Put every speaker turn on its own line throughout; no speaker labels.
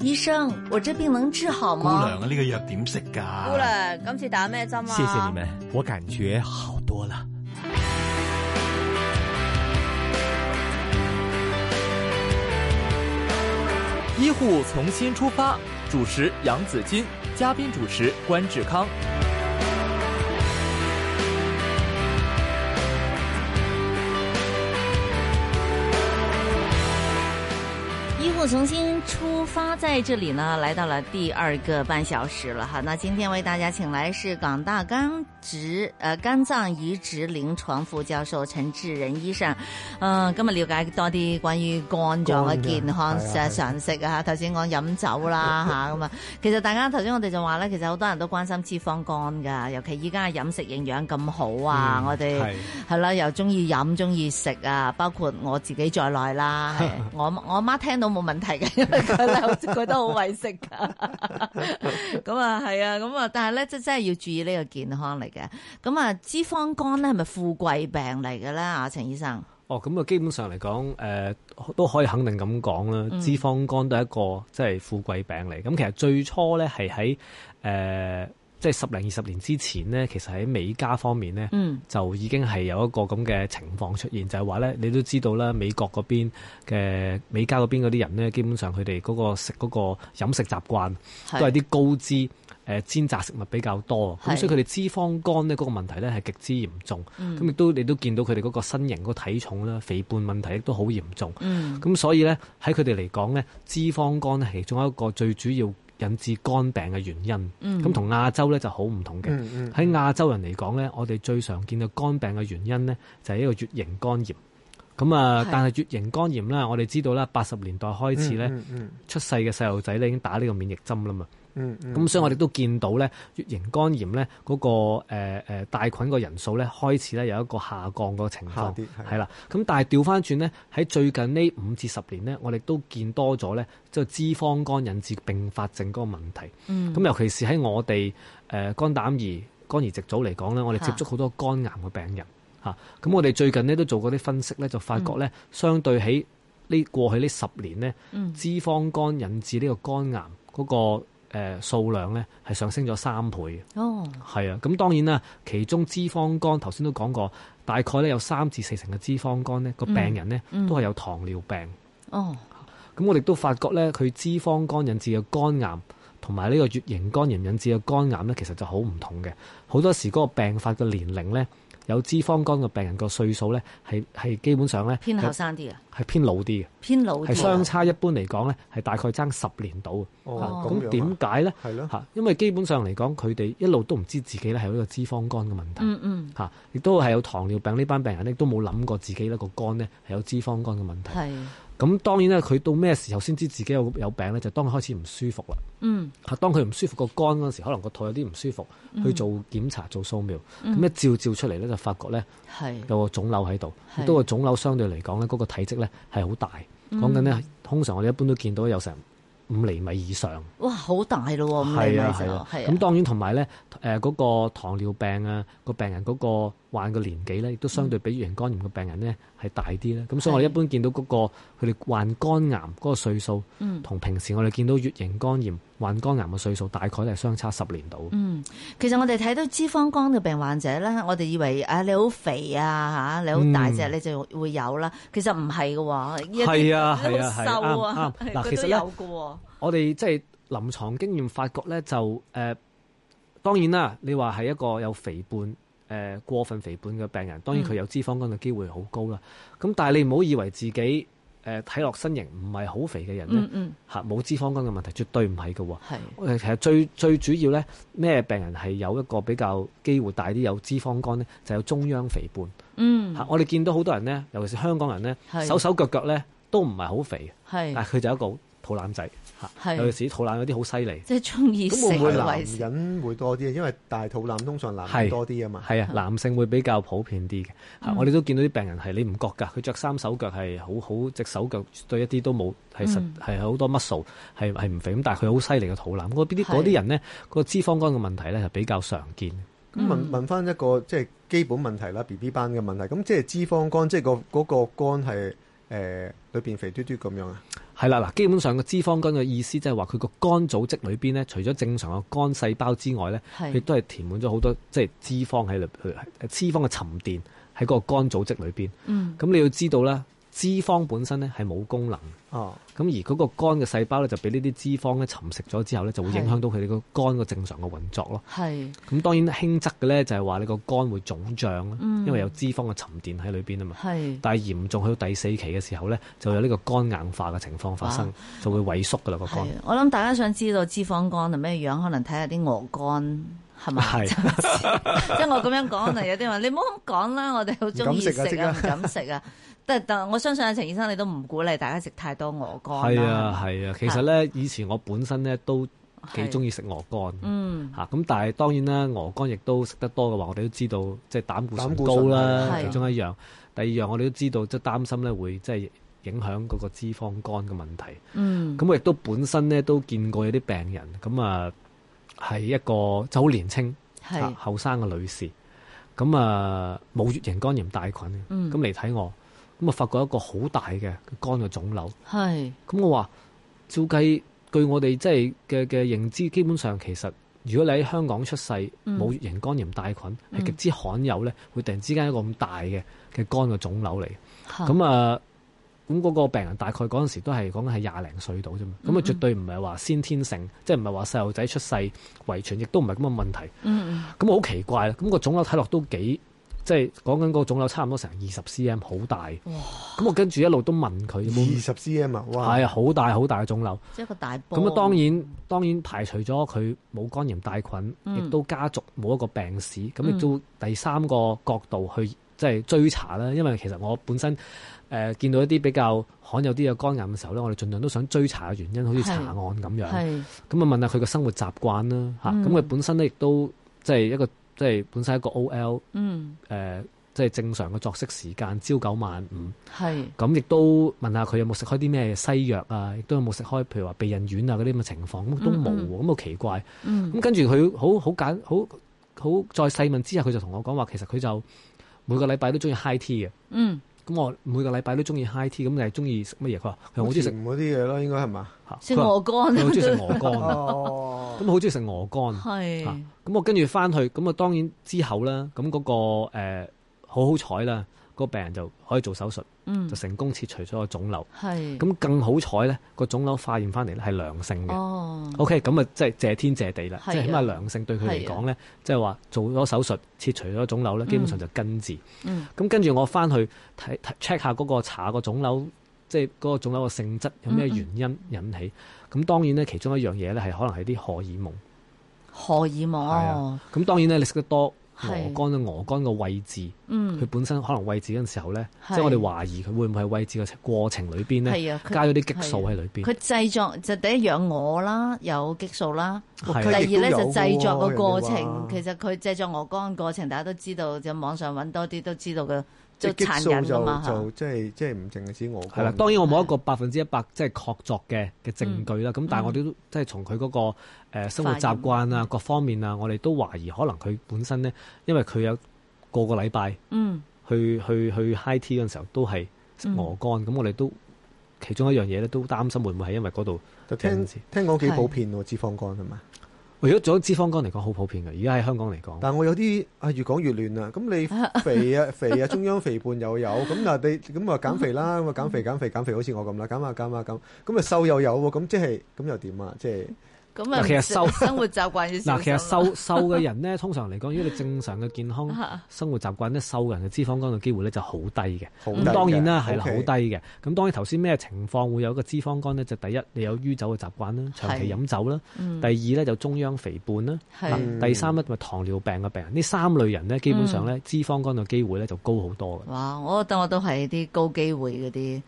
醫生，我這病能治好
姑
嗎？
娘啊，呢個藥點食㗎？
姑娘，今次打咩針啊？
謝謝你們，我感覺好多了。
醫護從心出發，主持楊子金，嘉賓主持關志康。
醫護重新出發，在這裡呢，來到了第二個半小時了哈。那今天為大家請來是港大肝植呃肝臟移植臨床副教授陳智仁醫生。嗯、今日了解多啲關於肝臟嘅健康
肝
嘅
嘅
常識哦啊。頭先講飲酒 啦吓咁啊，其實大家頭先我哋就話咧，其實好多人都關心脂肪肝㗎，尤其依家飲食營養咁好啊，我哋。
係
係啦，又中意飲，中意食啊，包括我自己在內 啦。係我我媽聽到冇問題嘅，因為佢咧佢都好為食噶。 咁啊係啊，咁啊，但係咧即真係要注意呢個健康嚟嘅。咁啊，脂肪肝咧係咪富貴病嚟嘅咧？啊，陳醫生，
哦，咁啊，基本上嚟講，誒、呃都可以肯定咁講
嗯
啦。脂肪肝都係一個即係富貴病嚟。咁其實最初咧係喺誒，即係十零二十年之前咧，其實喺美加方面咧，
嗯
就已經係有一個咁嘅情況出現，就係話咧，你都知道啦，美國嗰邊嘅美加嗰邊嗰啲人咧，基本上佢哋嗰個食嗰個飲食習慣都係
係
啲高脂。誒煎炸食物比較多，
係
咁所以佢哋脂肪肝咧嗰個問題咧係極之嚴重，
嗯
嗯
咁亦、都你都見到佢哋嗰個身形、嗰個體重啦、肥胖問題亦都好嚴重，咁、
嗯
所以咧喺佢哋嚟講咧，脂肪肝咧係其中一個最主要引致肝病嘅原因，
嗯
咁同、亞洲咧就好唔同嘅。
嗯嗯，
喺亞洲人嚟講咧，我哋最常見嘅肝病嘅原因咧，就係一個乙型肝炎。咁啊
係，
但係乙型肝炎咧，我哋知道啦，八十年代開始咧，
嗯嗯
出世嘅細路仔咧已經打呢個免疫針啦嘛。
嗯嗯，
咁、所以我哋都見到咧，乙型肝炎咧嗰、個誒、呃、帶菌個人數咧開始咧有一個下降個情
下
況
跌，係
係啦。咁但係調翻轉咧，喺最近呢五至十年咧，我哋都見多咗咧，即係脂肪肝引致併發症嗰個問題。
嗯
咁、尤其是喺我哋誒、呃肝膽胰肝移植組嚟講咧，我哋接觸好多肝癌嘅病人嚇。咁、我哋最近呢都做過啲分析咧，就發覺
嗯
咧，相對起呢過去呢十年咧，
嗯
脂肪肝引致呢個肝癌嗰、個誒、呃、數量咧係上升咗三倍嘅。
哦
係啊，咁當然啦，其中脂肪肝頭先都講過，大概咧有三至四成嘅脂肪肝咧個病人咧、
嗯
都係有糖尿病。
哦
咁我哋都發覺咧，佢脂肪肝引致嘅肝癌同埋呢個乙型肝炎引致嘅肝癌咧，其實就好唔同嘅。好多時嗰個病發嘅年齡咧，有脂肪肝嘅病人個歲數咧，係係基本上咧
偏後生啲啊，
係偏老啲嘅，
偏老啲
係
啊
相差一般嚟講咧係大概爭十年到。
哦咁
啊咁
樣
點解咧？
係咯，
嚇，因為基本上嚟講，佢哋一路都唔知自己咧係有一個脂肪肝嘅問題。
嗯嗯
嚇，亦都係有糖尿病呢班病人咧，都冇諗過自己呢個肝咧係有脂肪肝嘅問題。
係
咁當然咧，佢到咩時候先知自己有有病咧？就當佢開始唔舒服啦。
嗯
嚇，當佢唔舒服個肝嗰陣時，可能個肚有啲唔舒服，去做檢查做掃描，咁、
嗯
一照照出嚟咧，就發覺咧
係
有個腫瘤喺度，
係
亦都個腫瘤相對嚟講咧，嗰、個體積咧係好大。講緊
嗯
咧，通常我哋一般都見到有成五厘米以上。
哇好大咯喎，咁你
係
咪
啊
就
係啊，
係
咁當然同埋咧，誒嗰個糖尿病啊，個病人嗰個患嘅年紀咧，亦都相對比乙型肝炎嘅病人咧係大啲咧。咁所以我哋一般見到嗰個佢哋患肝癌嗰個歲數，
嗯
同平時我哋見到乙型肝炎患肝癌嘅歲數，大概都係相差十年到。
嗯，其實我哋睇到脂肪肝嘅病患者咧，我哋以為啊你好肥啊嚇，你好大隻、
嗯
你就會有啦。其實唔係嘅喎，有啲
係啊係
你
啊
好
係
瘦啊
啊， 啱啱嗱，
佢
其
都
實咧
有。嘅喎。
我哋即係臨床經驗發覺咧，就誒、呃、當然啦，你話係一個有肥胖誒、呃、過分肥胖嘅病人，當
嗯
然佢有脂肪肝嘅機會好高啦。咁、但係你唔好以為自己誒睇落身形唔係好肥嘅人
嗯
咧
嗯，
嚇冇脂肪肝嘅問題，絕對唔係嘅喎。
係
我哋其實最最主要咧，咩病人係有一個比較機會大啲有脂肪肝咧，就有中央肥胖嚇、
嗯
我哋見到好多人咧，尤其是香港人咧，
係
手手腳腳咧都唔係好肥，
係，
但係佢就有一個肚腩仔嚇，
係
尤其是啲肚腩有啲好犀利。
即係中意
咁
食啊
會唔會
為
男
食
人會多啲？因為大肚腩通常男人
係
多啲啊嘛。
係啊，男性會比較普遍啲嘅。嚇我哋都見到啲病人係你唔覺㗎，佢着衫手腳係好好，隻手腳絕對一啲都冇，係實係好多 muscle，係係唔肥咁，但係佢好犀利嘅肚腩。嗰邊啲
係
嗰啲人咧，個脂肪肝嘅問題咧係比較常見。
嗯
咁問問翻一個即係基本問題啦，B B 班嘅問題。咁即係脂肪肝，即係個嗰個肝係誒誒裏邊肥嘟嘟咁樣啊？
係啦，嗱，基本上個脂肪肝嘅意思即係話佢個肝組織裏邊咧，除咗正常嘅肝細胞之外咧，亦
係
都係填滿咗好多即係脂肪喺裏，誒脂肪嘅沉澱喺個肝組織裏邊。
嗯
咁你要知道啦，脂肪本身咧係冇功能，
哦，
咁而嗰個肝嘅細胞咧就俾呢啲脂肪咧沉食咗之後咧，就會影響到佢哋個肝個正常嘅運作咯。
係
咁當然輕則嘅咧就係話你個肝會腫脹啦，
嗯
因為有脂肪嘅沉澱喺裏邊啊嘛。
係
但係嚴重去到第四期嘅時候咧，就有呢個肝硬化嘅情況發生
哇，
就會萎縮噶啦個肝
係。，我諗大家想知道脂肪肝係咩樣，可能睇下啲鵝肝。係嘛？
係
即係我咁樣講，就有啲話你唔好咁講啦，我哋好中意食
唔敢食
啊，
啊
唔敢食啊。但但我相信阿陳醫生你都唔鼓勵大家食太多鵝肝
係
啦
啊，係啊，其實咧以前我本身咧都幾中
意。
意食鵝肝。
嗯，
嚇咁，但係當然啦，鵝肝亦都食得多嘅話，我哋都知道即係膽固醇
膽固
高
醇
啦，
係
其中一樣。第二樣我哋都知道，即係擔心咧會即係影響嗰個脂肪肝嘅問題。
嗯，
咁我亦都本身咧都見過有啲病人，咁啊係一個就好年青啊
係，
後生嘅女士，咁啊冇乙型肝炎帶菌嘅，
嗯
咁嚟睇我，咁啊發覺一個好大嘅肝嘅腫瘤。
係，
咁我話照計，據我哋即係嘅嘅認知，基本上其實如果你喺香港出世，
嗯
冇乙型肝炎帶菌，
嗯
係極之罕有咧，會突然之間一個咁大嘅嘅肝嘅腫瘤嚟。
嚇嗯
咁啊，咁嗰個病人大概嗰陣時都係講緊係廿零歲到啫嘛。咁
嗯
啊，
嗯
絕對唔係話先天性，即係唔係話細路仔出世遺傳，亦都唔係咁嘅問題。
嗯
咁我好奇怪啦，咁、個腫瘤睇落都幾，即係講緊個腫瘤差唔多成二十 cm，好大。咁我跟住一路都問佢有
二
冇，
十 cm 啊，哇！
係啊，好大好大嘅腫瘤。
嗯，即係一個大波。
咁啊，當然當然排除咗佢冇肝炎帶菌，
嗯
亦都家族冇一個病史，咁
嗯
亦都第三個角度去即係追查啦。因為其實我本身誒、呃、見到一啲比較罕有啲嘅肝癌嘅時候咧，我哋盡量都想追查嘅原因，好似
係
查案咁樣。咁啊
係
問下佢嘅生活習慣啦嚇，
嗯
咁佢、本身咧亦都即係一個即係本身一個 O.L. 誒、
嗯
即係正常嘅作息時間，朝九晚五。
係
咁亦都問下佢有冇食開啲咩西藥啊，亦都有冇食開譬如話避孕丸啊嗰啲咁嘅情況，咁都冇
嗯
喎，咁好奇怪。
嗯
咁跟住佢好好簡好好再細問之下，佢就同我講話，其實佢就每個禮拜都中意 high tea 嘅。
嗯
咁我每個禮拜都中意 high tea，咁你係中意食乜嘢？佢話佢
好
好中意食
嗯
甜嗰啲嘢咯，應該係嘛？
嚇
食
佢話
鵝肝
佢好中意食鵝肝，
哦
咁好中意食鵝肝。
係
啊咁我跟住翻去，咁啊當然之後啦，咁嗰、個呃好好彩啦，個病人就可以做手術，
嗯
就成功切除咗個腫瘤。
係
咁更好彩咧，個腫瘤化驗翻嚟咧係良性嘅。
哦
O.K. 咁啊，即係謝天謝地啦，
係啊啊
即係起碼良性對佢嚟講咧，即係話做咗手術切除咗腫瘤咧，基本上就根治。
嗯
咁跟住我翻去睇睇 check 下嗰個查個腫瘤，即係嗰個腫瘤嘅性質有咩原因
嗯
引起。咁當然咧，其中一樣嘢咧係可能係啲荷爾蒙。
荷爾蒙
係啊
哦
咁當然咧，你食得多
係
鵝肝嘅鵝肝嘅位置，佢
嗯
本身可能位置嗰陣時候咧，
係
即係我哋懷疑佢會唔會係位置嘅過程裏邊咧
係啊佢
加咗啲激素喺裏邊。
佢製作就第一養鵝啦，有激素啦。
係啊
第
雞
二咧
翼都
就
有
製作
喎
個過
人哋
程
話，
其實佢製作鵝肝嘅過程，大家都知道，就網上揾多啲都知道嘅，就
激
殘
素
忍噶
就
嘛嚇
就即係即係唔淨係指我
係啦，當然我冇一個百分之一百即係確鑿嘅嘅證據啦。咁、但係我哋都即係從佢嗰、個、呃、生活習慣啊各方面啊，我哋都懷疑可能佢本身咧，因為佢有個個禮拜
嗯
去去去 high tea 嗰陣時候都係食鵝肝，咁、我哋都其中一樣嘢咧都擔心會唔會係因為嗰度。
就聽
知
聽講幾
係
普遍喎，脂肪肝係嘛？
如果做咗脂肪肝嚟講，好普遍嘅，而家喺香港嚟講，
但我有啲啊，越講越亂啦。咁你肥啊肥啊，中央肥胖又有，咁嗱你咁啊減肥啦，咁啊減肥減肥減肥，好似我咁啦，減下減下減，咁啊瘦又有喎，咁即係咁又點啊？即係
咁啊，
嗱其實收
生活習慣要小
嗱，其實
心啦
瘦瘦嘅人咧，通常嚟講，如果你正常嘅健康生活習慣咧，瘦人嘅脂肪肝嘅機會咧就好低嘅。
好低
咁
嘅
當然啦，係啦，好
OK
低嘅。咁當然頭先咩情況會有一個脂肪肝咧？就第一，你有酗酒嘅習慣啦，長期
係
飲酒啦；
嗯
第二咧就中央肥胖啦；
係
第三咧就係糖尿病嘅病人。呢三類人咧，基本上咧脂肪肝嘅機會咧就高好多嘅。
哇！我覺得我都係啲高機會嗰啲，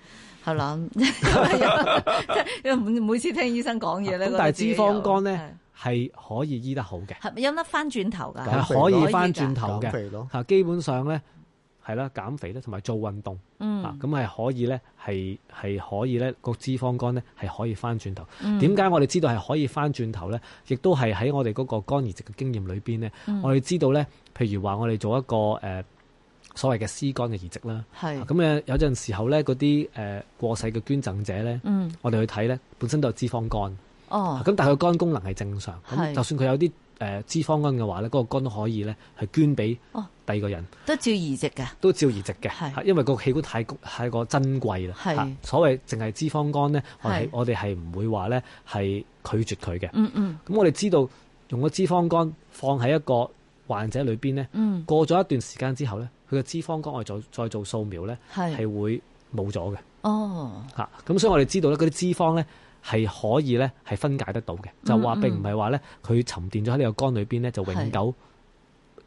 係 啦， 因為每每次聽醫生講嘢咧，
咁
覺
但
得
係
自己
脂
有
肪肝咧係可以醫得好嘅，
係係咪有得翻轉頭㗎？
減肥
係啊可
咯
以翻轉頭
減
嘅。
肥咯，
嚇，基本上咧係啦，減肥咧同埋做運動。啊
嗯，，
咁係可以咧，係係可以咧，個脂肪肝咧係可以翻轉頭。
嗯
點解我哋知道係可以翻轉頭咧？亦都係喺我哋嗰個肝移植嘅經驗裏邊咧，
嗯
我哋知道咧，譬如話我哋做一個誒、呃所謂嘅屍肝嘅移植啦。
係
咁誒有陣時候咧，嗰啲誒過世嘅捐贈者咧，
嗯，
我哋去睇咧，本身都有脂肪肝，
哦，
咁但係佢肝功能係正常，
係
咁就算佢有啲誒脂肪肝嘅話咧，嗰個肝都可以咧係捐俾
哦
第二個人，
都照移植嘅，
都照移植嘅，
係
嚇因為個器官太過太過珍貴啦。
係
嚇所謂淨係脂肪肝咧，我
係
哋我哋係唔會話咧係拒絕佢嘅。
嗯嗯
咁我哋知道用個脂肪肝放喺一個患者裏邊咧，
嗯，
過咗一段時間之後咧，佢嘅脂肪肝我哋再再做掃描咧，
係，
係會冇咗嘅
哦，
嚇。咁所以我哋知道咧，嗰啲脂肪咧係可以咧係分解得到嘅，就話
嗯嗯
並唔係話咧佢沉澱咗喺你個肝裏邊咧就
係
永久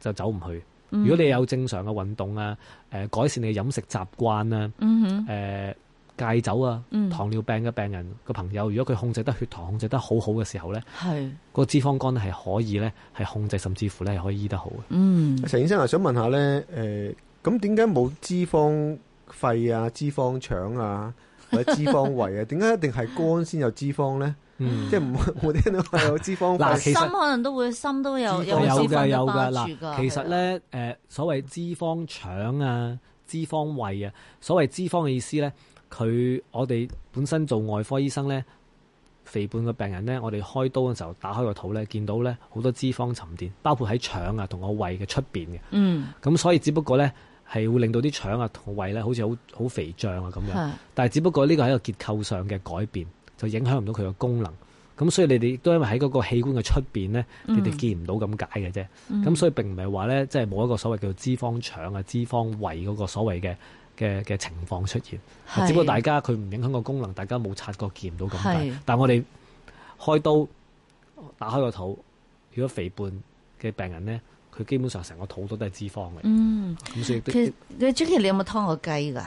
就走唔去。
嗯
如果你有正常嘅運動啊，誒、改善你嘅飲食習慣啊，
嗯哼
誒、，戒酒啊
嗯，
糖尿病嘅病人個朋友，如果佢控制得血糖控制得好好嘅時候咧，
係，
個脂肪肝係可以咧係控制，甚至乎咧係可以醫得好嘅。
嗯，
陳醫生啊，想問下咧，誒咁點解冇脂肪肺啊、脂肪腸啊或者脂肪胃啊？點解一定係肝先有脂肪咧？
嗯
即，係唔我聽到係有脂肪
嗱
肺。
其
心
實
可能都會，心都哦有
脂
有
肪
有
脂肪
㗎有
㗎
㗎嗱，其實，咧誒、所謂脂肪腸啊、脂肪胃啊，所謂脂肪嘅意思咧，佢我哋本身做外科醫生咧，肥胖嘅病人咧，我哋開刀嘅時候打開個肚咧，見到咧好多脂肪沉澱，包括喺腸啊同個胃嘅出邊嘅，
嗯，
咁所以只不過咧係會令到啲腸啊同個胃咧好似好好肥脹啊咁樣。
係，
但係只不過呢個係一個結構上嘅改變，就影響唔到佢嘅功能。咁所以你哋亦都因為喺嗰個器官嘅出邊咧，你哋
嗯
見唔到咁解嘅啫。咁、所以並唔係話咧，即係冇一個所謂叫做脂肪腸啊、脂肪胃嗰個所謂嘅嘅嘅情況出現。
係
只不過大家佢唔影響個功能，大家冇察覺見唔到咁
係
解。但係我哋開刀打開個肚，如果肥胖嘅病人咧，佢基本上成個肚都都係脂肪嘅，咁、
嗯，
所以都
其實你朱琪，你有冇劏過雞㗎？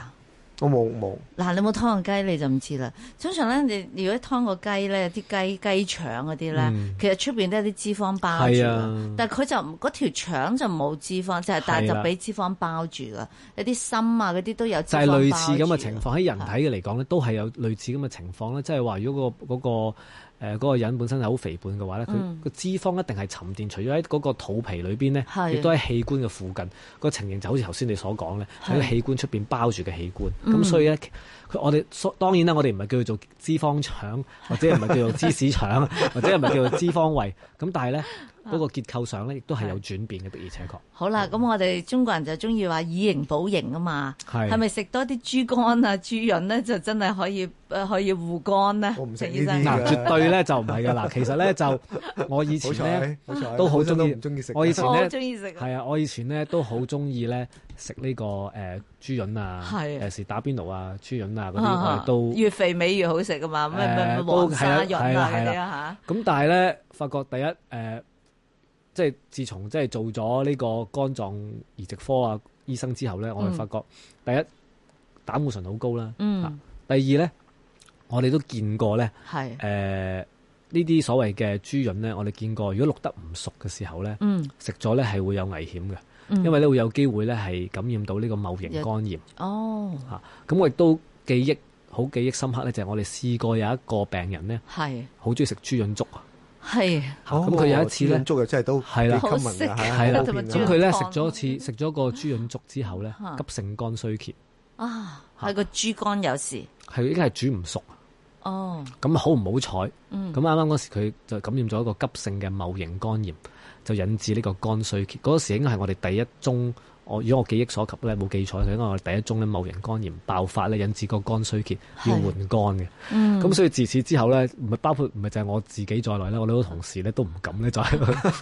我冇冇，
嗱，你冇劏過雞你就唔知啦。通常咧，你如果劏過雞咧，啲雞雞腸嗰啲咧，
嗯
其實出邊都有啲脂肪包住
係
噶
啊。
但係佢就唔嗰條腸就冇脂肪，就係但係
係啦
就俾脂肪包住噶。有啲心啊嗰啲都有脂
就
肪
係
包住㗎啊
類似咁嘅情況，喺人體嘅嚟講咧，都係有類似咁嘅情況咧。即係話，如果嗰、個嗰、個誒嗰個人本身係好肥胖嘅話咧，佢
嗯
個脂肪一定係沉澱，除咗喺嗰個肚皮裏邊咧
係，
亦都喺器官嘅附近。個情形就好似頭先你所講咧，
係
喺個器官出邊包住嘅器官。咁、
嗯
所以咧，佢我哋所當然啦，我哋唔係叫佢做脂肪 腸，或者唔係叫做芝士腸，或者唔係叫做脂肪胃。咁但係咧，嗰、
啊
個結構上咧，亦都係有轉變嘅，的而且確。
好啦，咁我哋中國人就中意話以形補形啊嘛。
係
係咪食多啲豬肝啊、豬潤咧，就真係可以誒可以護肝咧？
我唔
陳
食呢
醫
啲
生
㗎
嗱，絕對咧就唔係噶啦。其實咧就我以
好
前咧
彩，好彩
都好
本身
鍾意
唔中意食㗎。
我以前
我好
咧
中意食啊。
係啊，我以前咧都好中意咧食呢個誒豬潤啊，
係
誒是打邊爐啊、豬潤啊嗰啲我
啊
哋都
越肥美越好食噶嘛，咩咩咩
誒都
黃沙
係
潤
啦
啊嗰
係啦
啲啊
咁，但係咧發覺第一誒，即係自從即係做咗呢個肝臟移植科啊醫生之後咧，我哋
嗯
發覺第一膽固醇好高啦，
吓，嗯
第二咧我哋都見過咧
係，
誒呢啲所謂嘅豬潤咧，我哋見過如果錄得唔熟嘅時候咧，
嗯，
食咗咧係會有危險嘅，
嗯
因為咧會有機會咧係感染到呢個戊型肝炎。
哦，
咁我亦都記憶好記憶深刻咧，就係我哋試過有一個病人咧，
係
好中意食豬潤粥啊。
係，
嚇
哦
咁佢有一次
豬潤
咧，
粥啊又真係都
係啦
幾 common 㗎
好
嚇啊
識
係
普遍
啦
啊同埋
㗎
豬
咁
潤
佢咧
湯啊
食咗一次食咗個豬潤粥之後咧
嚇，
急性肝衰竭，
啊，
嚇
係個豬肝有事，
係應該係煮唔熟。
哦，
咁好唔好彩？
嗯
咁啱啱嗰時佢就感染咗一個急性嘅戊型肝炎，就引致呢個肝衰竭。嗰時應該係我哋第一宗，我如果我記憶所及咧冇記錯，佢應該係我哋第一宗咧戊型肝炎爆發咧，引致個肝衰竭要換肝嘅。
嗯，
咁所以自此之後咧，唔係包括唔係就係我自己在內咧，我哋好多同事咧都唔敢咧再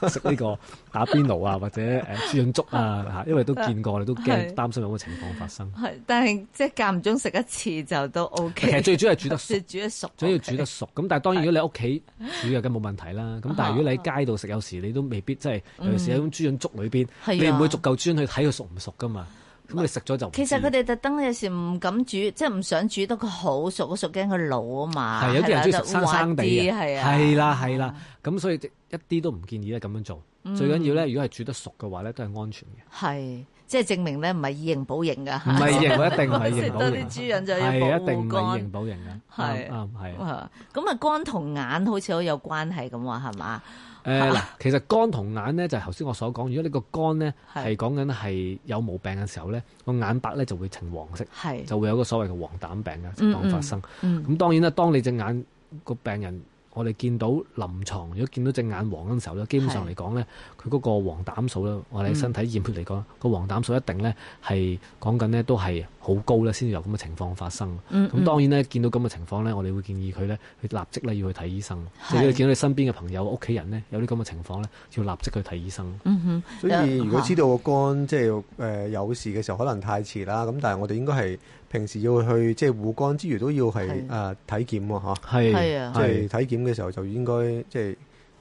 食呢個打邊爐啊，或者誒 豬潤粥啊嚇，因為都見過，我哋都
哦係
驚擔心有咁嘅情況發生。
係，但係即係間唔中食一次就都
其
OK，
實最主要係煮得熟
即係煮得熟，
主要煮得熟，咁但係當然如果你屋企煮嘅梗冇問題啦。咁但係如果你喺街度食，有時你都未必即係，尤其是喺種豬潤粥裏邊，
係啊
你唔會逐嚿豬潤去睇佢熟唔熟噶嘛。咁你食咗就唔知
其實佢哋特登有時唔敢煮，即係唔想煮得佢好熟，好熟驚佢老啊嘛。
係有
啦
啲人中意
就
食生生
滑
地
啲係
嘅，
啊，
係啦係啦。咁所以
嗯
一啲都唔建議咧咁樣做。最緊要咧，如果係煮得熟嘅話咧，都係安全嘅。
係，即係證明咧唔係以形補形噶
唔
嚇。
係型，我一定唔係
食
型
啊多
保
啲
型，
豬潤就要
啊係一
保
定唔
護
係
肝
型。保型嘅，
係
啱啱係。
啊咁啊，肝同眼好似好有關係咁啊話係嘛？
誒嗱，其實肝同眼咧就係頭先我所講，如果你個肝咧
係
係講緊係有毛病嘅時候咧，個眼白咧就會呈黃色，
係，
就會有個所謂嘅黃疸病嘅情況發生。咁、
嗯，
當然啦，當你隻眼個病人，我哋見到臨床如果見到隻眼黃嘅時候咧，基本上嚟講咧，佢嗰個黃疸數咧，
嗯
我哋身體驗血嚟講，個黃疸數一定咧係講緊咧都係好高咧，先至有咁嘅情況發生。
嗯
咁當然咧，見到咁嘅情況咧，我哋會建議佢咧，佢立即咧要去睇醫生。
係
即係如果你見到你身邊嘅朋友、屋企人咧有啲咁嘅情況咧，要立即去睇醫生。
嗯哼，
所以如果知道個肝即係誒有事嘅時候，可能太遲啦。咁但係我哋應該係平時要去即係護肝之餘，都要係
係
誒體檢喎嚇。
係
係啊
即係體檢嘅時候就應該即係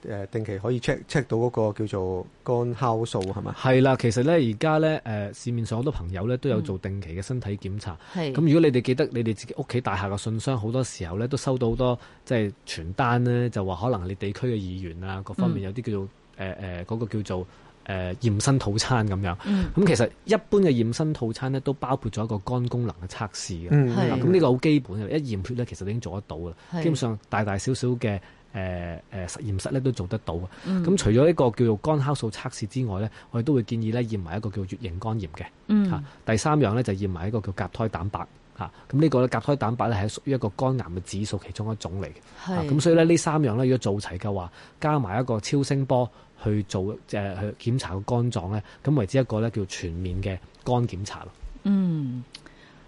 誒定期可以 check check 到嗰個叫做肝酵素係咪？
係啦，其實咧而家咧誒市面上好多朋友咧都有做定期嘅身體檢查。
啊係
咁、如果你哋記得你哋自己屋企大廈嘅信箱，好多時候咧都收到好多即係傳單咧，就話可能你地區嘅議員啊各方面
嗯
有啲叫做誒誒嗰個叫做誒、呃、驗身套餐咁樣。
嗯
咁其實一般嘅驗身套餐咧都包括咗一個肝功能嘅測試嘅。
嗯，
係
咁呢個好基本嘅，一驗血咧其實已經做得到噶啦，
係
基本上大大小小嘅誒誒實驗室咧都做得到嘅。咁、
嗯
除咗呢個叫做肝酵素測試之外咧，我哋都會建議咧驗埋一個叫乙型肝炎嘅嚇、
嗯
第三樣咧就驗埋一個叫甲胎蛋白嚇。咁、呢個咧甲胎蛋白咧係屬於一個肝癌嘅指數其中一種嚟嘅。啊
係
咁、所以咧呢三樣咧如果做齊嘅話，加埋一個超聲波去做誒、呃去檢查個肝臟咧，咁為之一個咧叫全面嘅肝檢查咯。
嗯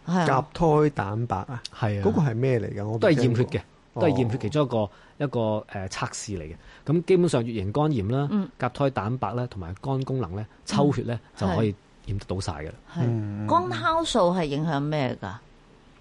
係啊
甲胎蛋白啊，
係
嗰個係咩嚟㗎？我
都
未
係
聽
驗血
過
嘅。都係驗血其
哦
中一個一個誒、呃、測試嚟嘅。咁基本上乙型肝炎啦、
嗯
甲胎蛋白啦，同埋肝功能咧，抽血咧、就可以驗得到晒嘅啦。
係
嗯
肝酵素係影響咩㗎？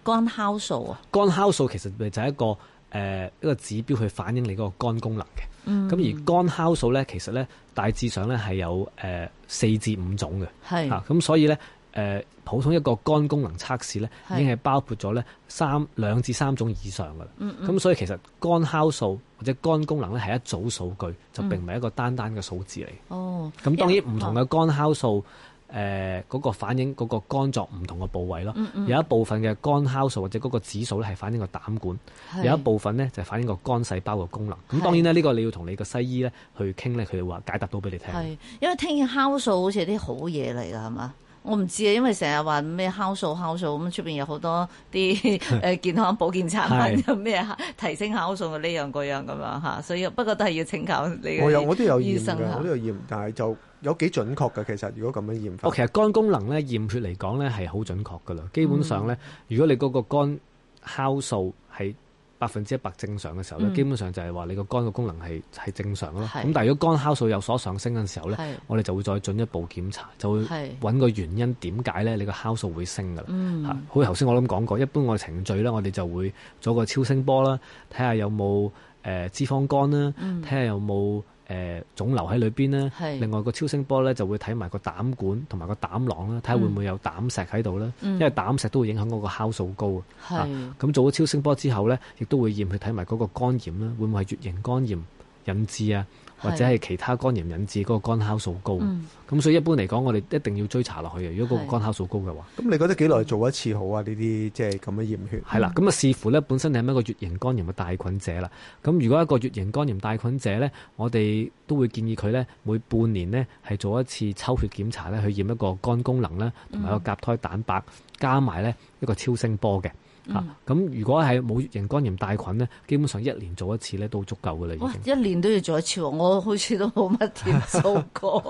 肝酵素啊，
肝酵素其實咪就係一個誒、呃一個指標去反映你嗰個肝功能嘅。
嗯
咁、而肝酵素咧，其實咧大致上咧係有誒四至五種嘅。
係
啊，咁所以咧，誒、呃普通一個肝功能測試咧，已
係
經係包括咗咧三兩至三種以上噶啦。咁、
嗯
所以其實肝酵素或者肝功能咧係一組數據，就並唔係一個單單嘅數字嚟。
嗯哦，
咁、當然
因為
唔同嘅肝酵素，誒、呃嗰個反映嗰個肝臟唔同嘅部位咯。
嗯
有一部分嘅肝酵素或者嗰個指數咧係反映個膽管，
係
有一部分咧就係反映個肝細胞嘅功能。咁
係
當然咧，呢、個你要同你個西醫咧去傾咧，佢哋話解答到俾你聽。
係，因為聽見酵素好似啲好嘢嚟㗎，係嘛？我唔知啊，因為成日話咩酵素酵素咁，出邊有好多啲 誒健康保健產品
係
有咩提升酵素嘅呢樣嗰樣咁樣嚇，所以不過都係要請教你嘅
我有我都有
醫
驗
生啊
嘅，我都有驗，但係就有幾準確嘅。其實如果咁樣驗法
哦，，其實肝功能咧驗血嚟講咧係好準確噶啦。基本上咧，
嗯
如果你嗰個肝酵素係百分之一百正常嘅時候咧，
嗯
基本上就係話你個肝嘅功能係係正常咯。
係
咁但係如果肝酵素有所上升嘅時候咧，
係
我哋就會再進一步檢查，就會
係
揾個原因點解咧你個酵素會升噶啦。
嗯
嚇好似頭先我都咁講過，一般我哋程序咧，我哋就會做個超聲波啦，睇下有冇誒、呃脂肪肝啦，
嗯
睇下有冇誒腫瘤喺裏邊啦。
係
另外個超聲波咧就會睇埋個膽管同埋個膽囊啦，睇下會唔會有膽石喺度啦。
嗯
因為膽石都會影響嗰個酵素高啊。啊
係
咁做咗超聲波之後咧，亦都會驗去睇埋嗰個肝炎啦，會唔會係乙型肝炎引致啊？或者係其他肝炎引致嗰個肝酵素高，咁、
嗯
所以一般嚟講，我哋一定要追查落去嘅。啊如果嗰個
係
肝酵素高嘅話。
咁你覺得幾耐做一次好啊？呢啲即係咁樣驗
嗯
血，
係啦，咁啊視乎咧本身你係咪一個乙型肝炎嘅帶菌者啦。咁如果一個乙型肝炎帶菌者咧，我哋都會建議佢咧每半年咧係做一次抽血檢查咧，去驗一個肝功能啦，
嗯
同埋一個甲胎蛋白，加埋咧一個超聲波嘅。
嗯
嚇、咁如果係冇乙型肝炎帶菌咧，基本上一年做一次咧都足夠噶啦，已
哇
經！。
一年都要做一次喎，我好似都冇乜點做 過，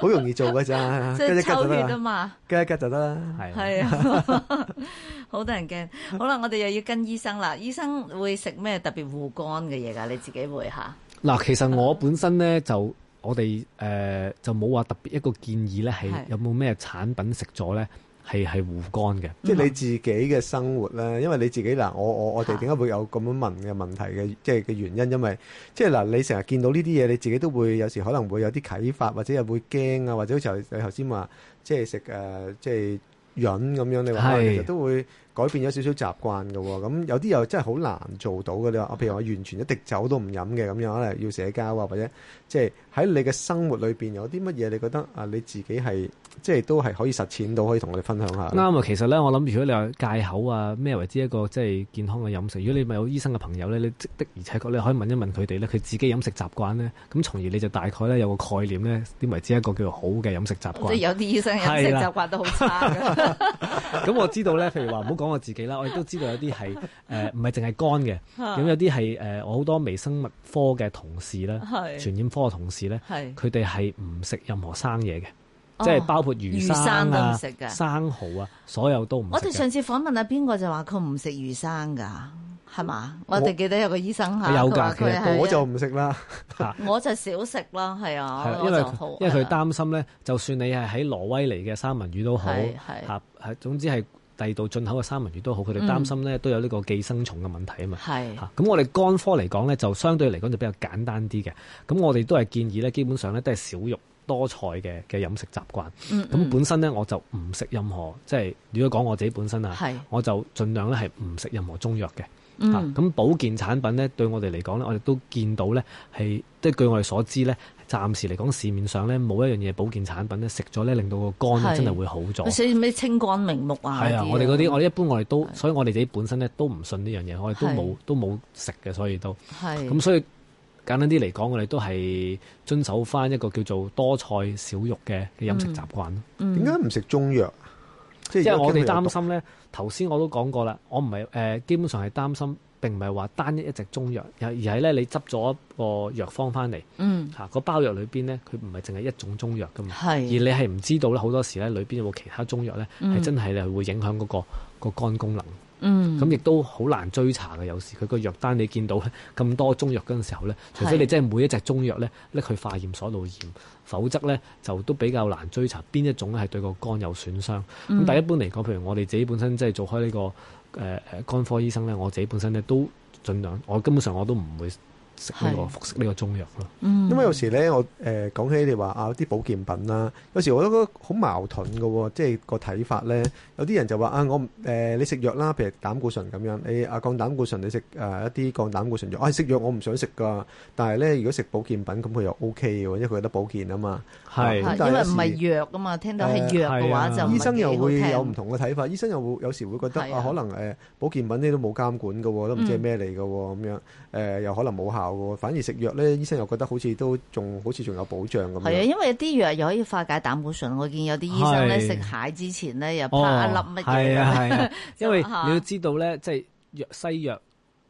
好容易做㗎咋，
即
吉一
係
吉就
抽血
得
啊
啦，
嘛。
吉一吉就得啦。
係啊
係啊， 好多人驚。好啦，我哋又要跟醫生啦。醫生會食咩特別護肝嘅嘢㗎？你自己會嚇？
嗱，其實我本身咧就我哋誒、呃就冇話特別一個建議咧，係
係
有冇咩產品食咗咧係係護肝嘅。
即係你自己嘅生活咧，因為你自己嗱，我我我哋
嚇
點解會有咁樣問嘅問題嘅，即係嘅原因，因為即係嗱，你成日見到呢啲嘢，你自己都會有時可能會有啲啟發，或者又會驚呃啊，或者好似你頭先話，即係食誒，即係潤咁樣，你話
係
啊其實都會改變咗少少習慣嘅喎。咁有啲又真係好難做到嘅。你話啊，譬如我完全一滴酒都唔飲嘅咁樣，可能要社交啊，或者即係喺你嘅生活裏邊有啲乜嘢，你覺得啊你自己係即係都係可以實踐到，可以同我哋分享下。
啱啊！其實咧，我諗如果你話戒口啊，咩為之一個即係健康嘅飲食？如果你咪有醫生嘅朋友咧，你即的而且確你可以問一問佢哋咧，佢自己飲食習慣咧，咁從而你就大概咧有個概念咧，點為之一個叫做好嘅飲食習
即係
慣。
有啲醫生飲食
係啦
習慣都好差 嘅，
咁我知道咧，譬如話唔好講我自己啦，我亦都知道有啲係誒唔係淨係肝嘅，咁
咁
有啲係誒我好多微生物科嘅同事啦，
係
傳染科嘅同事咧，
係
佢哋係唔食任何生嘢嘅，
哦
即係包括魚
魚生
生
都唔
啊
食、㗎
生蠔啊，所有都唔
我
食
哋
嘅。
上次訪問阿邊個就話佢唔食魚生㗎，係嘛？我
我
哋記得有個醫生嚇，
有
佢
㗎
話
其實
佢係
我就唔食啦，
我就少食啦，係
係啦
啊，，
因為
為
佢因為佢擔心咧，就算你係喺挪威嚟嘅三文魚都好，
係係
嚇係總之係第二度進口嘅三文魚都好，佢哋
嗯
擔心咧都有呢個寄生蟲嘅問題啊嘛。
係
嚇咁我哋肝科嚟講咧，就相對嚟講就比較簡單啲嘅。咁我哋都係建議咧，基本上咧都係少肉多菜嘅嘅飲食習慣。
嗯
咁
嗯
本身咧我就唔食任何，即係如果講我自己本身啊，
係
我就盡量咧係唔食任何中藥嘅。啊
嗯
咁保健產品咧，對我哋嚟講咧，我哋都見到咧係，即係據我哋所知咧，暫時嚟講市面上咧冇一樣嘢保健產品咧食咗咧令到個肝
係
呢真係會好咗。
所以咩清肝明目啊？
係啊，我哋嗰啲我哋一般我哋都
係，
所以我哋自己本身咧都唔信呢樣嘢，我哋都
係
冇都冇食嘅，所以都
係
咁所以簡單啲嚟講，我哋都係遵守翻一個叫做多菜少肉嘅嘅飲食習慣咯。
嗯
點解唔食中藥？即
即係我哋
如果驚佢
擔
有毒
心咧，頭先我都講過啦，我唔係誒，基本上係擔心並唔係話單一一隻中藥，而而係咧你執咗一個藥方翻嚟
嗯
嚇，個包藥裏邊咧佢唔係淨係一種中藥噶嘛，而
係
你係唔知道咧好多時咧裏邊有冇其他中藥咧
嗯
係真係咧會影響嗰個個肝功能，
嗯
咁亦都好難追查嘅。有時佢個藥單你見到咧咁多中藥嗰陣時候咧，除非
係
你真係每一隻中藥咧拎去化驗所度驗，否則咧就都比較難追查邊一種咧係對個肝有損傷。
嗯
咁但係一般嚟講，譬如我哋自己本身即係做開呢、個誒誒、呃肝科醫生咧，我自己本身咧都盡量，我根本上我都唔會食呢、個
係
服食呢個中藥咯。
嗯
因為有時咧，我誒、呃、講起你話啊啲保健品啦，有時我都覺得好矛盾嘅喎、即係個睇法咧。有啲人就話啊，我唔誒、呃你食藥啦，譬如膽固醇咁樣，你啊降膽固醇，你食誒、呃一啲降膽固醇藥，啊食藥我唔想食噶，但係咧如果食保健品咁佢又 O K 嘅喎，因為佢有得保健啊嘛。
係
咁
係
但係
因為
有時
唔係藥啊嘛，聽到係藥嘅話
誒係啊
就唔係
醫生又會
幾好聽
有唔同嘅睇法，醫生又會有時會覺得
係啊
啊，可能誒、呃保健品呢都冇監管嘅喎，都唔知係
嗯
咩嚟嘅喎，咁樣誒又可能冇效嘅喎，反而食藥咧，醫生又覺得好似都仲好似仲有保障咁
係啊，
樣。
因為啲藥又可以化解膽固醇。我見有啲醫生咧
係
食蟹之前咧又啪一粒乜
哦係
嘢咁，
啊係 啊，因為
就嚇
你要知道咧，即係藥西藥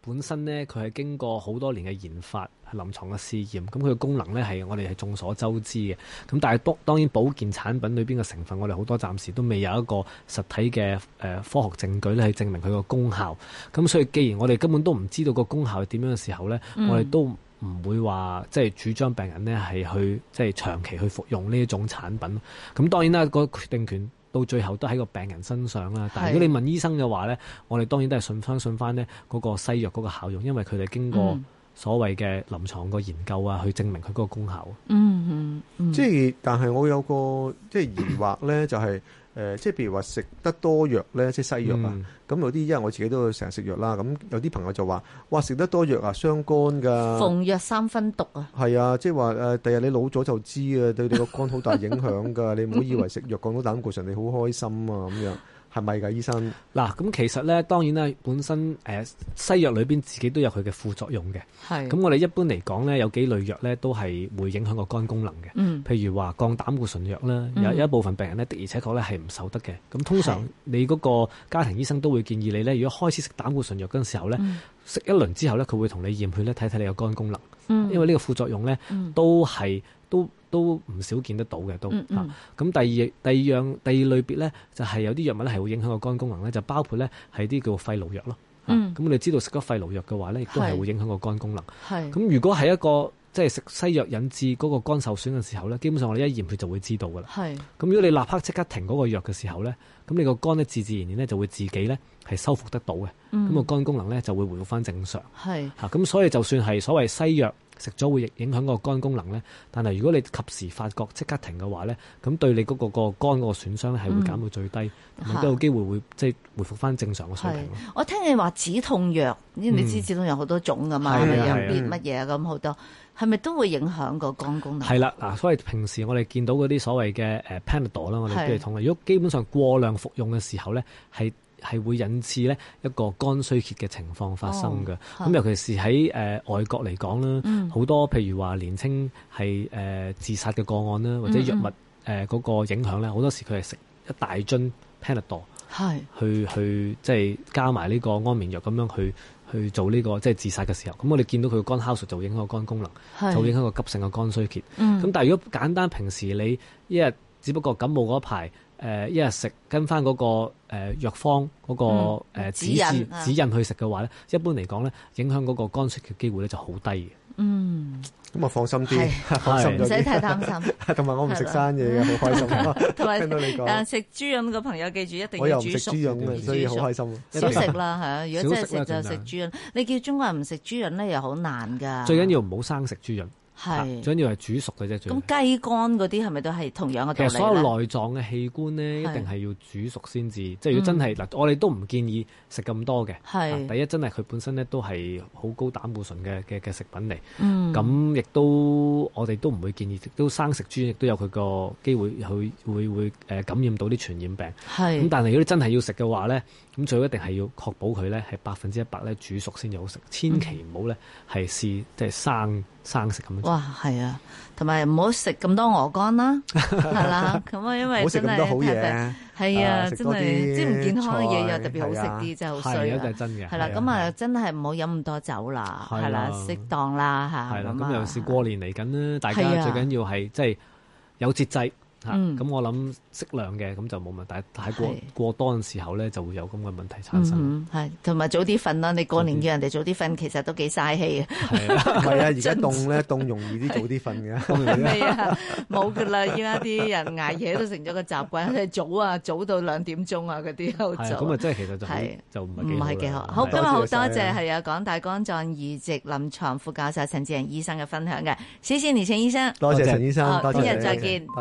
本身咧，佢係經過好多年嘅研發、係臨床嘅試驗，咁佢嘅功能咧係我哋係眾所周知嘅。咁但係當當然保健產品裏邊嘅成分，我哋好多暫時都未有一個實體嘅誒、呃科學證據咧，係證明佢個功效。咁所以既然我哋根本都唔知道個功效係點樣嘅時候咧，
嗯
我哋都唔會話即係主張病人咧係去即係長期去服用呢一種產品。咁當然啦，個決定權到最後都喺個病人身上啦。但係如果
係
你問醫生嘅話咧，我哋當然都係信相信翻咧嗰個西藥嗰個效用，因為佢哋經過
嗯
所謂嘅臨床個研究啊，去證明佢嗰個功效。
嗯嗯嗯，
即係，但係我有個即係疑惑咧，就係、誒，即係譬如話食得多藥咧，即係西藥啊。
嗯
咁、有啲因為我自己都成日食藥啦，咁有啲朋友就話：哇，食得多藥啊，傷肝㗎。
逢藥三分毒啊，
係啊，即係話誒，第日你老咗就知啊，對你個肝好大影 響㗎。你唔好以為食藥降到膽固醇，你好開心啊咁樣，係咪㗎，醫生？
嗱，咁其實咧，當然啦，本身誒、呃西藥裏邊自己都有佢嘅副作用嘅。
係
咁我哋一般嚟講咧，有幾類藥咧都係會影響個肝功能嘅。
嗯
譬如話降膽固醇藥啦，
嗯
有有一部分病人咧的而且確咧係唔受得嘅。咁通常
係
你嗰個家庭醫生都會建議你咧，如果開始食膽固醇藥嗰陣時候咧，
嗯
食一輪之後咧，佢會同你驗血咧，睇睇你個肝功能，
嗯
因為呢個副作用咧
嗯
都係都都唔少見得到嘅都
嗯
嚇
嗯
咁第二第二樣第二類別咧，就係有啲藥物咧係會影響個肝功能咧，就包括咧係啲叫肺癆藥咯。啊
嗯
咁我哋知道食咗肺癆藥嘅話咧，亦都係
係
會影響個肝功能。
嗯係
咁如果係一個即係食西藥引致嗰個肝受損嘅時候咧，基本上我哋一驗血就會知道噶啦。
係
咁如果你立刻即刻停嗰個藥嘅時候咧，咁你個肝咧自自然然咧就會自己咧係修復得到嘅，咁個
嗯
肝功能咧就會回復翻正常。
係
嚇咁所以就算係所謂西藥食咗會影響個肝功能咧。但係如果你及時發覺即刻停嘅話咧，咁對你嗰個個肝嗰個損傷係會減到最低，同埋都有機會會即係回復翻正常嘅水平咯。
我聽你話止痛藥，因為你知
嗯
止痛藥好多種噶嘛，
係啊
咩
係啊
藥必乜嘢咁好多，係咪都會影響個肝功能？
係啦，嗱，所以平時我哋見到嗰啲所謂嘅誒 Panadol 啦，我哋
係
都係痛啦。如果基本上過量服用嘅時候咧，係係會引致咧一個肝衰竭嘅情況發生嘅。
哦
咁、尤其是喺誒、呃外國嚟講啦，
嗯
好、多譬如話年青係誒、呃自殺嘅個案啦，或者
嗯
藥物誒嗰、個影響咧，好多時佢係食一大樽 Panadol
係
去去即係加埋呢個安眠藥咁樣去去做呢、個即係自殺嘅時候，咁我哋見到佢嘅肝酵素就會影響個肝功能。就會
係
影響個急性嘅肝衰竭。咁、
嗯
但係如果簡單平時你一日只不過感冒嗰排，誒、一日食跟翻嗰、個誒、呃、藥方嗰、個、
嗯
呃
指
指
引
示
啊
指引去食嘅話咧，一般嚟講咧，影響嗰個肝衰竭機會咧就好低嘅。
嗯
咁啊放心
係
啲， 放心
唔
咗
使
啲。
太擔 心，
同埋我唔食
係啦
生嘢嘅，好開心。
同埋
聽到你
但
講，
食豬潤嘅朋友記住一定
我
要
又唔
煮
食
熟
豬。膶嘅，所以好開心。
少食啦，係啊！如果真係食
少食啦
就食
盡
豬潤，你叫中國人唔食豬潤咧，又好難㗎。
最緊要唔好生食豬潤，啊
啊係
最緊要係煮熟嘅啫。最
咁雞肝嗰啲係咪都係同樣嘅
其
道
實
理
所有
咧？
內臟嘅器官咧，一
係嗯
定係要煮熟先至。即係如果真係嗱，我哋都唔建議食咁多嘅。啊
係
第一真係佢本身咧都係好高膽固醇嘅嘅嘅食品嚟。
嗯
咁亦都我哋都唔會建議，亦都生食豬亦都有佢個機會去會會誒感染到啲傳染病。咁
係
但係如果你真係要食嘅話咧，咁最好一定係要確保佢咧係百分之一百咧煮熟先至好食，千祈唔好咧係試即係生生食咁樣做。
嗯哇，係啊，同埋唔好食咁多鵝肝啦，係啦，咁啊，因
唔
為
好食
真
咁
係
多好嘢，
係啊，
啊食
真
多
係
啲
即係唔健康嘅嘢
菜
又特別好食啲，真係好衰
係啊，
啊
真係！真嘅。
係啦，
係
咁啊，真係唔好飲咁多酒啦，
係
係啦，
啦
適當啦嚇。
係啦，
啊
咁尤其是過年嚟緊咧，大家
係啊
最緊要係即係有節制嚇。
嗯
咁我諗適量嘅咁就冇問題，但係過
係
過多嘅時候咧就會有咁嘅問題產生。
嗯哼，係同埋早啲瞓啦。你過年叫人哋早啲瞓，其實都幾嘥氣啊。
係啊。
唔係啊，而家凍咧，凍容易啲早啲 瞓嘅。
係咪啊？冇噶啦，依家啲人捱夜都成咗個習慣，即係早啊，早到兩點鐘啊，嗰啲好
係
早
啊。咁啊，即係其實就好
係
就唔
唔係
係
幾
幾
好
好。
好，今
多
日
謝
好多
晒啊
謝係啊，港大肝臟移植臨床副教授陳志仁醫生嘅分享嘅，謝謝你，陳醫生。
多謝陳醫生，
好
多謝
聽日
你
再見
多謝